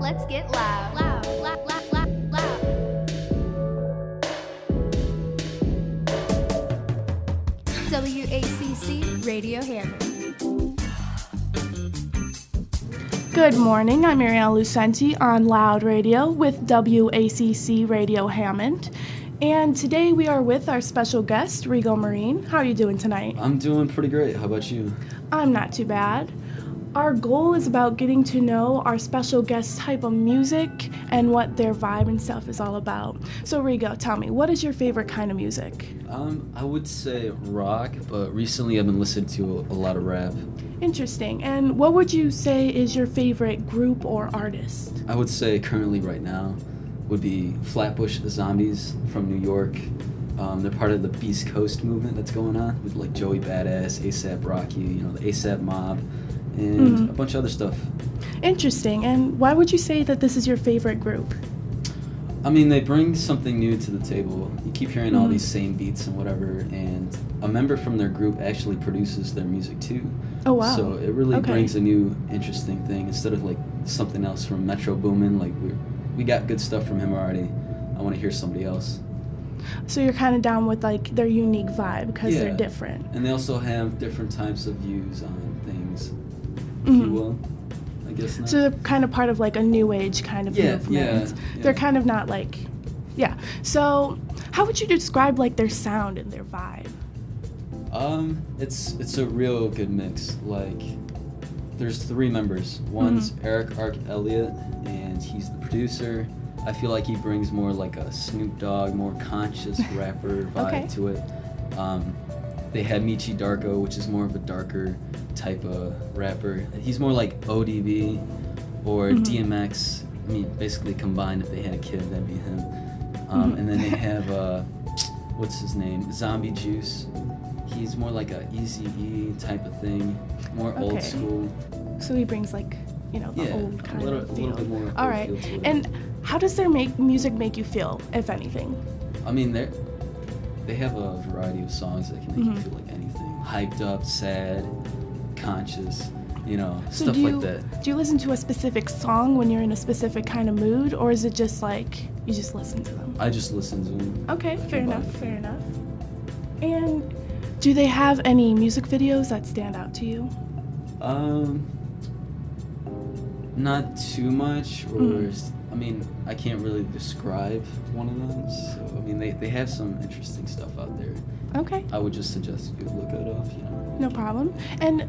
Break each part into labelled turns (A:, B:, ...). A: let's get loud. Loud, loud, loud, loud, loud. WACC Radio Hammer.
B: Good morning. I'm Marielle Lucenti on Loud Radio with WACC Radio Hammond. And today we are with our special guest, Rigo Marine. How are you doing tonight?
C: I'm doing pretty great. How about you?
B: I'm not too bad. Our goal is about getting to know our special guest type of music and what their vibe and stuff is all about. So, Rigo, tell me, what is your favorite kind of music?
C: Um, I would say rock, but recently I've been listening to a, a lot of rap.
B: Interesting. And what would you say is your favorite group or artist?
C: I would say currently right now would be Flatbush Zombies from New York. Um, they're part of the Beast Coast movement that's going on with like Joey Badass, ASAP Rocky, you know, the ASAP Mob, and
B: Mhm.
C: a bunch of other stuff.
B: Interesting. And why would you say that this is your favorite group?
C: I mean, they bring something new to the table. You keep hearing all
B: Mhm.
C: these same beats and whatever, and a member from their group actually produces their music too.
B: Oh, wow.
C: So it really
B: Okay.
C: brings a new, interesting thing instead of like something else from Metro Boomin. Like we we got good stuff from him already. I want to hear somebody else.
B: So you're kind of down with like their unique vibe because they're
C: Yeah.
B: different.
C: And they also have different types of views on things, if you
B: Mhm.
C: will. I guess not.
B: So they're kind of part of like a new age kind of
C: Yeah,
B: movement.
C: yeah,
B: They're
C: yeah.
B: kind of not like, yeah. So how would you describe like their sound and their vibe?
C: Um, it's it's a real good mix. Like, there's three members. One's
B: Mhm.
C: Eric Arc Elliott, and he's the producer. I feel like he brings more like a Snoop Dogg, more conscious rapper vibe
B: Okay.
C: to it. Um, they had Michi Darko, which is more of a darker type of rapper. He's more like ODB or
B: Mhm.
C: DMX. I mean, basically combined, if they had a kid, that'd be him. Um,
B: Mhm.
C: And then they have uh, what's his name? Zombie Juice. He's more like a Easy E type of thing, more old
B: Okay.
C: school.
B: So he brings like you know the
C: Yeah,
B: old
C: a
B: kind
C: little-
B: of
C: a
B: feel.
C: little bit more old
B: All right.
C: feel to it.
B: And how does their make music make you feel, if anything?
C: I mean, they they have a variety of songs that can make
B: Mhm.
C: you feel like anything. Hyped up, sad, conscious, you know,
B: So
C: stuff
B: do
C: like
B: you,
C: that.
B: Do you listen to a specific song when you're in a specific kind of mood, or is it just like you just listen to them?
C: I just listen to them.
B: Okay, fair
C: Combined.
B: enough, fair enough. And do they have any music videos that stand out to you?
C: Um, not too much, or
B: Mhm.
C: s- I mean, I can't really describe one of them. So I mean, they, they have some interesting stuff out there.
B: Okay,
C: I would just suggest you look it up. You know,
B: no problem. And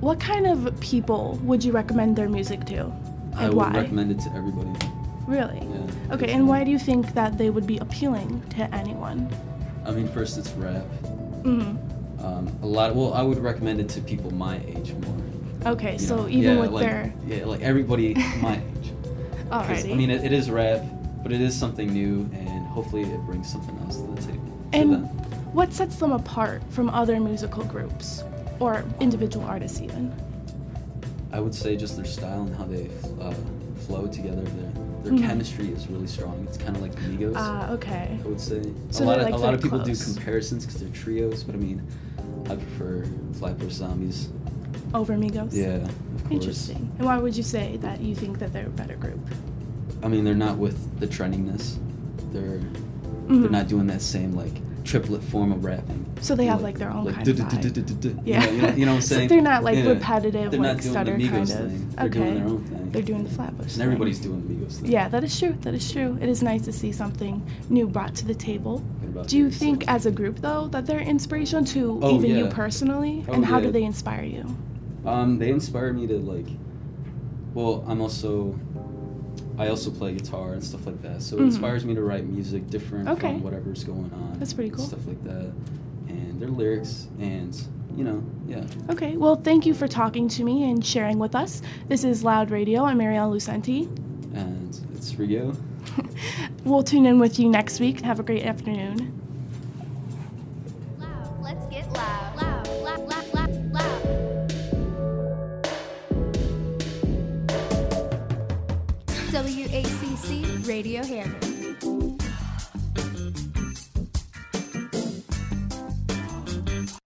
B: what kind of people would you recommend their music to?
C: I
B: And
C: would
B: why?
C: recommend it to everybody.
B: Really?
C: Yeah.
B: Okay, and why do you think that they would be appealing to anyone?
C: I mean, first it's rap.
B: hmm
C: Um, a lot. well, I would recommend it to people my age more.
B: Okay,
C: you
B: so
C: know?
B: even
C: Yeah,
B: with
C: like,
B: their.
C: yeah, like everybody my age. 'Cause,
B: Alrighty.
C: I mean, it, it is rap, but it is something new, and hopefully it brings something else to the table. to
B: and
C: them.
B: what sets them apart from other musical groups or individual artists, even?
C: I would say just their style and how they uh, flow together. Their, their
B: Mhm.
C: chemistry is really strong. It's kind of like Migos.
B: Ah, okay.
C: I would say
B: So
C: a lot
B: they're
C: of
B: like
C: a lot of
B: very
C: people
B: close.
C: do comparisons because they're trios, but I mean, I prefer Flatbush Zombies.
B: Over Migos?
C: Yeah, of course.
B: Interesting. And why would you say that you think that they're a better group?
C: I mean, they're not with the trendiness. They're
B: Mhm.
C: they're not doing that same like triplet form of rapping.
B: So they have, like, their own kind of vibe.
C: duh-duh-duh-duh-duh-duh. You
B: Yeah.
C: know- you know, you know what I'm saying?
B: so they're not like
C: Yeah.
B: repetitive,
C: They're
B: like
C: not doing the
B: stutter kind
C: Migos
B: of.
C: thing. They're
B: okay.
C: doing their own thing.
B: They're doing the flatbush.
C: And everybody's doing the Migos
B: Thing.
C: thing.
B: Yeah, that is true. That is true. It is nice to see something new brought to the table.
C: What about
B: Do you
C: yours?
B: think, as a group, though, that they're inspirational to
C: Oh,
B: even you
C: yeah.
B: personally?
C: Oh,
B: and how
C: yeah.
B: do they inspire you?
C: Um, they inspire me to like. Well, I'm also. I also play guitar and stuff like that, so
B: Mhm.
C: it inspires me to write music different
B: Okay.
C: from whatever's going on.
B: That's pretty
C: and
B: cool.
C: Stuff like that, and their lyrics, and you know, yeah.
B: Okay, well, thank you for talking to me and sharing with us. This is Loud Radio. I'm Marielle Lucenti.
C: And it's Rio.
B: We'll tune in with you next week. Have a great afternoon.
A: Loud, let's get loud. Loud, loud, loud, loud, loud. WACC Radio Hammer.